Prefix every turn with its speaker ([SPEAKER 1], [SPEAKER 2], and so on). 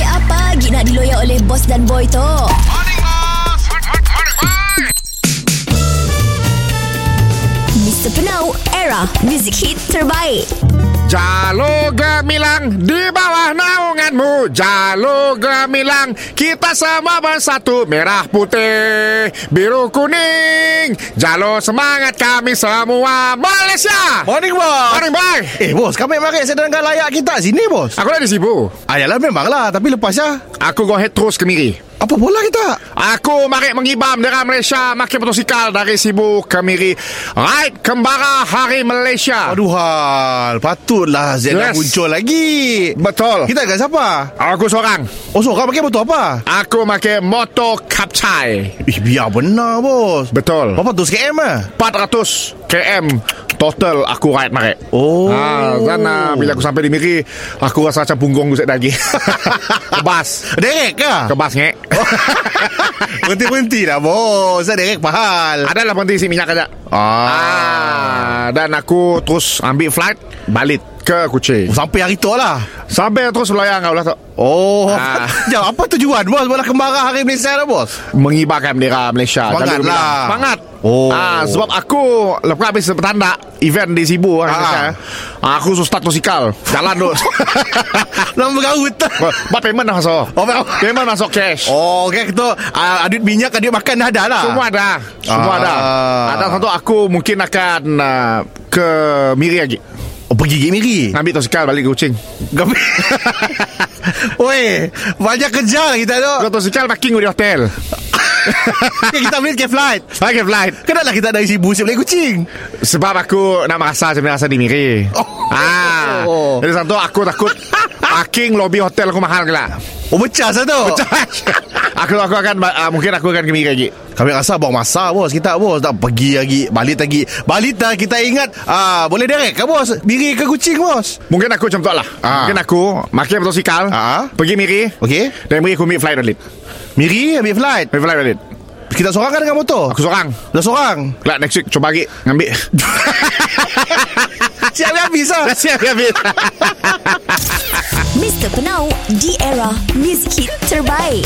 [SPEAKER 1] lagi nak diloyak oleh bos dan boy tu? Mr. Penau, era music hit terbaik.
[SPEAKER 2] Jalo gemilang di bawah naunganmu Jalo gemilang kita semua bersatu Merah putih, biru kuning Jalo semangat kami semua Malaysia
[SPEAKER 3] Morning, bos.
[SPEAKER 2] Morning boy
[SPEAKER 3] Eh, bos, kami market sedang layak kita sini, bos.
[SPEAKER 2] Aku dah di sibuk
[SPEAKER 3] Ayalah memanglah, tapi lepas ya.
[SPEAKER 2] Aku go head terus ke Miri
[SPEAKER 3] Apa bola kita?
[SPEAKER 2] Aku marik mengibam dengan Malaysia Makin motosikal dari Sibu ke Miri Ride kembara hari Malaysia
[SPEAKER 3] Aduh hal, patutlah Zain yes.
[SPEAKER 2] Yes.
[SPEAKER 3] muncul lagi.
[SPEAKER 2] Betul
[SPEAKER 3] Kita agak siapa?
[SPEAKER 2] Aku seorang
[SPEAKER 3] Oh, so kau pakai motor apa?
[SPEAKER 2] Aku makin motor kapcai
[SPEAKER 3] Ih, biar benar, bos.
[SPEAKER 2] Betul
[SPEAKER 3] Berapa tu km ah?
[SPEAKER 2] 400 km total aku ride narik.
[SPEAKER 3] Oh.
[SPEAKER 2] Ha, dan ah, bila aku sampai di Miri, aku rasa macam punggung aku set lagi. Kebas.
[SPEAKER 3] Derek kah?
[SPEAKER 2] Kebas ngek.
[SPEAKER 3] Berhenti-berhenti dah, bos. Saya derek pahal.
[SPEAKER 2] Adalah penting isi minyak aja.
[SPEAKER 3] Ah.
[SPEAKER 2] Ah, dan aku terus ambil flight balik ke Kuching.
[SPEAKER 3] Sampai hari tu lah.
[SPEAKER 2] Sampai terus melayang kau lah tak.
[SPEAKER 3] Oh,
[SPEAKER 2] Ah.
[SPEAKER 3] jam apa tujuan bos bola kembara hari Malaysia dah bos?
[SPEAKER 2] Mengibarkan bendera Malaysia
[SPEAKER 3] Semangat
[SPEAKER 2] Jalur
[SPEAKER 3] lah.
[SPEAKER 2] bilang, Semangat
[SPEAKER 3] Oh.
[SPEAKER 2] ah, Sebab aku Lepas habis petanda Event di Sibu ah.
[SPEAKER 3] Ah.
[SPEAKER 2] ah, Aku susah tosikal Jalan tu
[SPEAKER 3] Lama bergaut.
[SPEAKER 2] Bah payment dah masuk
[SPEAKER 3] Oh, memang.
[SPEAKER 2] Payment masuk cash
[SPEAKER 3] Oh, okay kita uh, adit minyak adit makan dah ada lah.
[SPEAKER 2] Semua ada Semua
[SPEAKER 3] Ah.
[SPEAKER 2] ada Ada satu aku mungkin akan uh, Ke Miri lagi
[SPEAKER 3] Oh, pergi gigi miri.
[SPEAKER 2] Ambil tosikal balik ke Kuching
[SPEAKER 3] Gapi. Oi, banyak kerja lah kita tu.
[SPEAKER 2] Kau tosikal parking di hotel
[SPEAKER 3] Okay, kita beli ke flight.
[SPEAKER 2] Pakai flight
[SPEAKER 3] Kenapa kita dari Sibu sip beli kucing?
[SPEAKER 2] Sebab aku nak merasa macam mana rasa di Miri
[SPEAKER 3] Oh.
[SPEAKER 2] ah,
[SPEAKER 3] Oh.
[SPEAKER 2] Jadi satu aku takut Parking lobby hotel aku mahal ke lah
[SPEAKER 3] Oh, pecah sah tu.
[SPEAKER 2] aku aku akan uh, mungkin aku akan ke Miri lagi.
[SPEAKER 3] Kami rasa buang masa bos Kita bos Tak pergi lagi Balik lagi Balik dah kita ingat ah Boleh direct ke bos Miri ke kucing bos
[SPEAKER 2] Mungkin aku macam tu lah.
[SPEAKER 3] Ah.
[SPEAKER 2] Mungkin aku makin motosikal,
[SPEAKER 3] Ah.
[SPEAKER 2] pergi Miri.
[SPEAKER 3] Okey
[SPEAKER 2] Dan Miri aku ambil flight balik.
[SPEAKER 3] Miri ambil flight
[SPEAKER 2] Ambil flight balik.
[SPEAKER 3] Kita seorang kan dengan motor
[SPEAKER 2] Aku seorang.
[SPEAKER 3] Dah seorang
[SPEAKER 2] Kelak next week cuba lagi ngambil.
[SPEAKER 3] Siap habis lah
[SPEAKER 2] Dah siap habis.
[SPEAKER 1] Mr. Penau, di era music hit terbaik.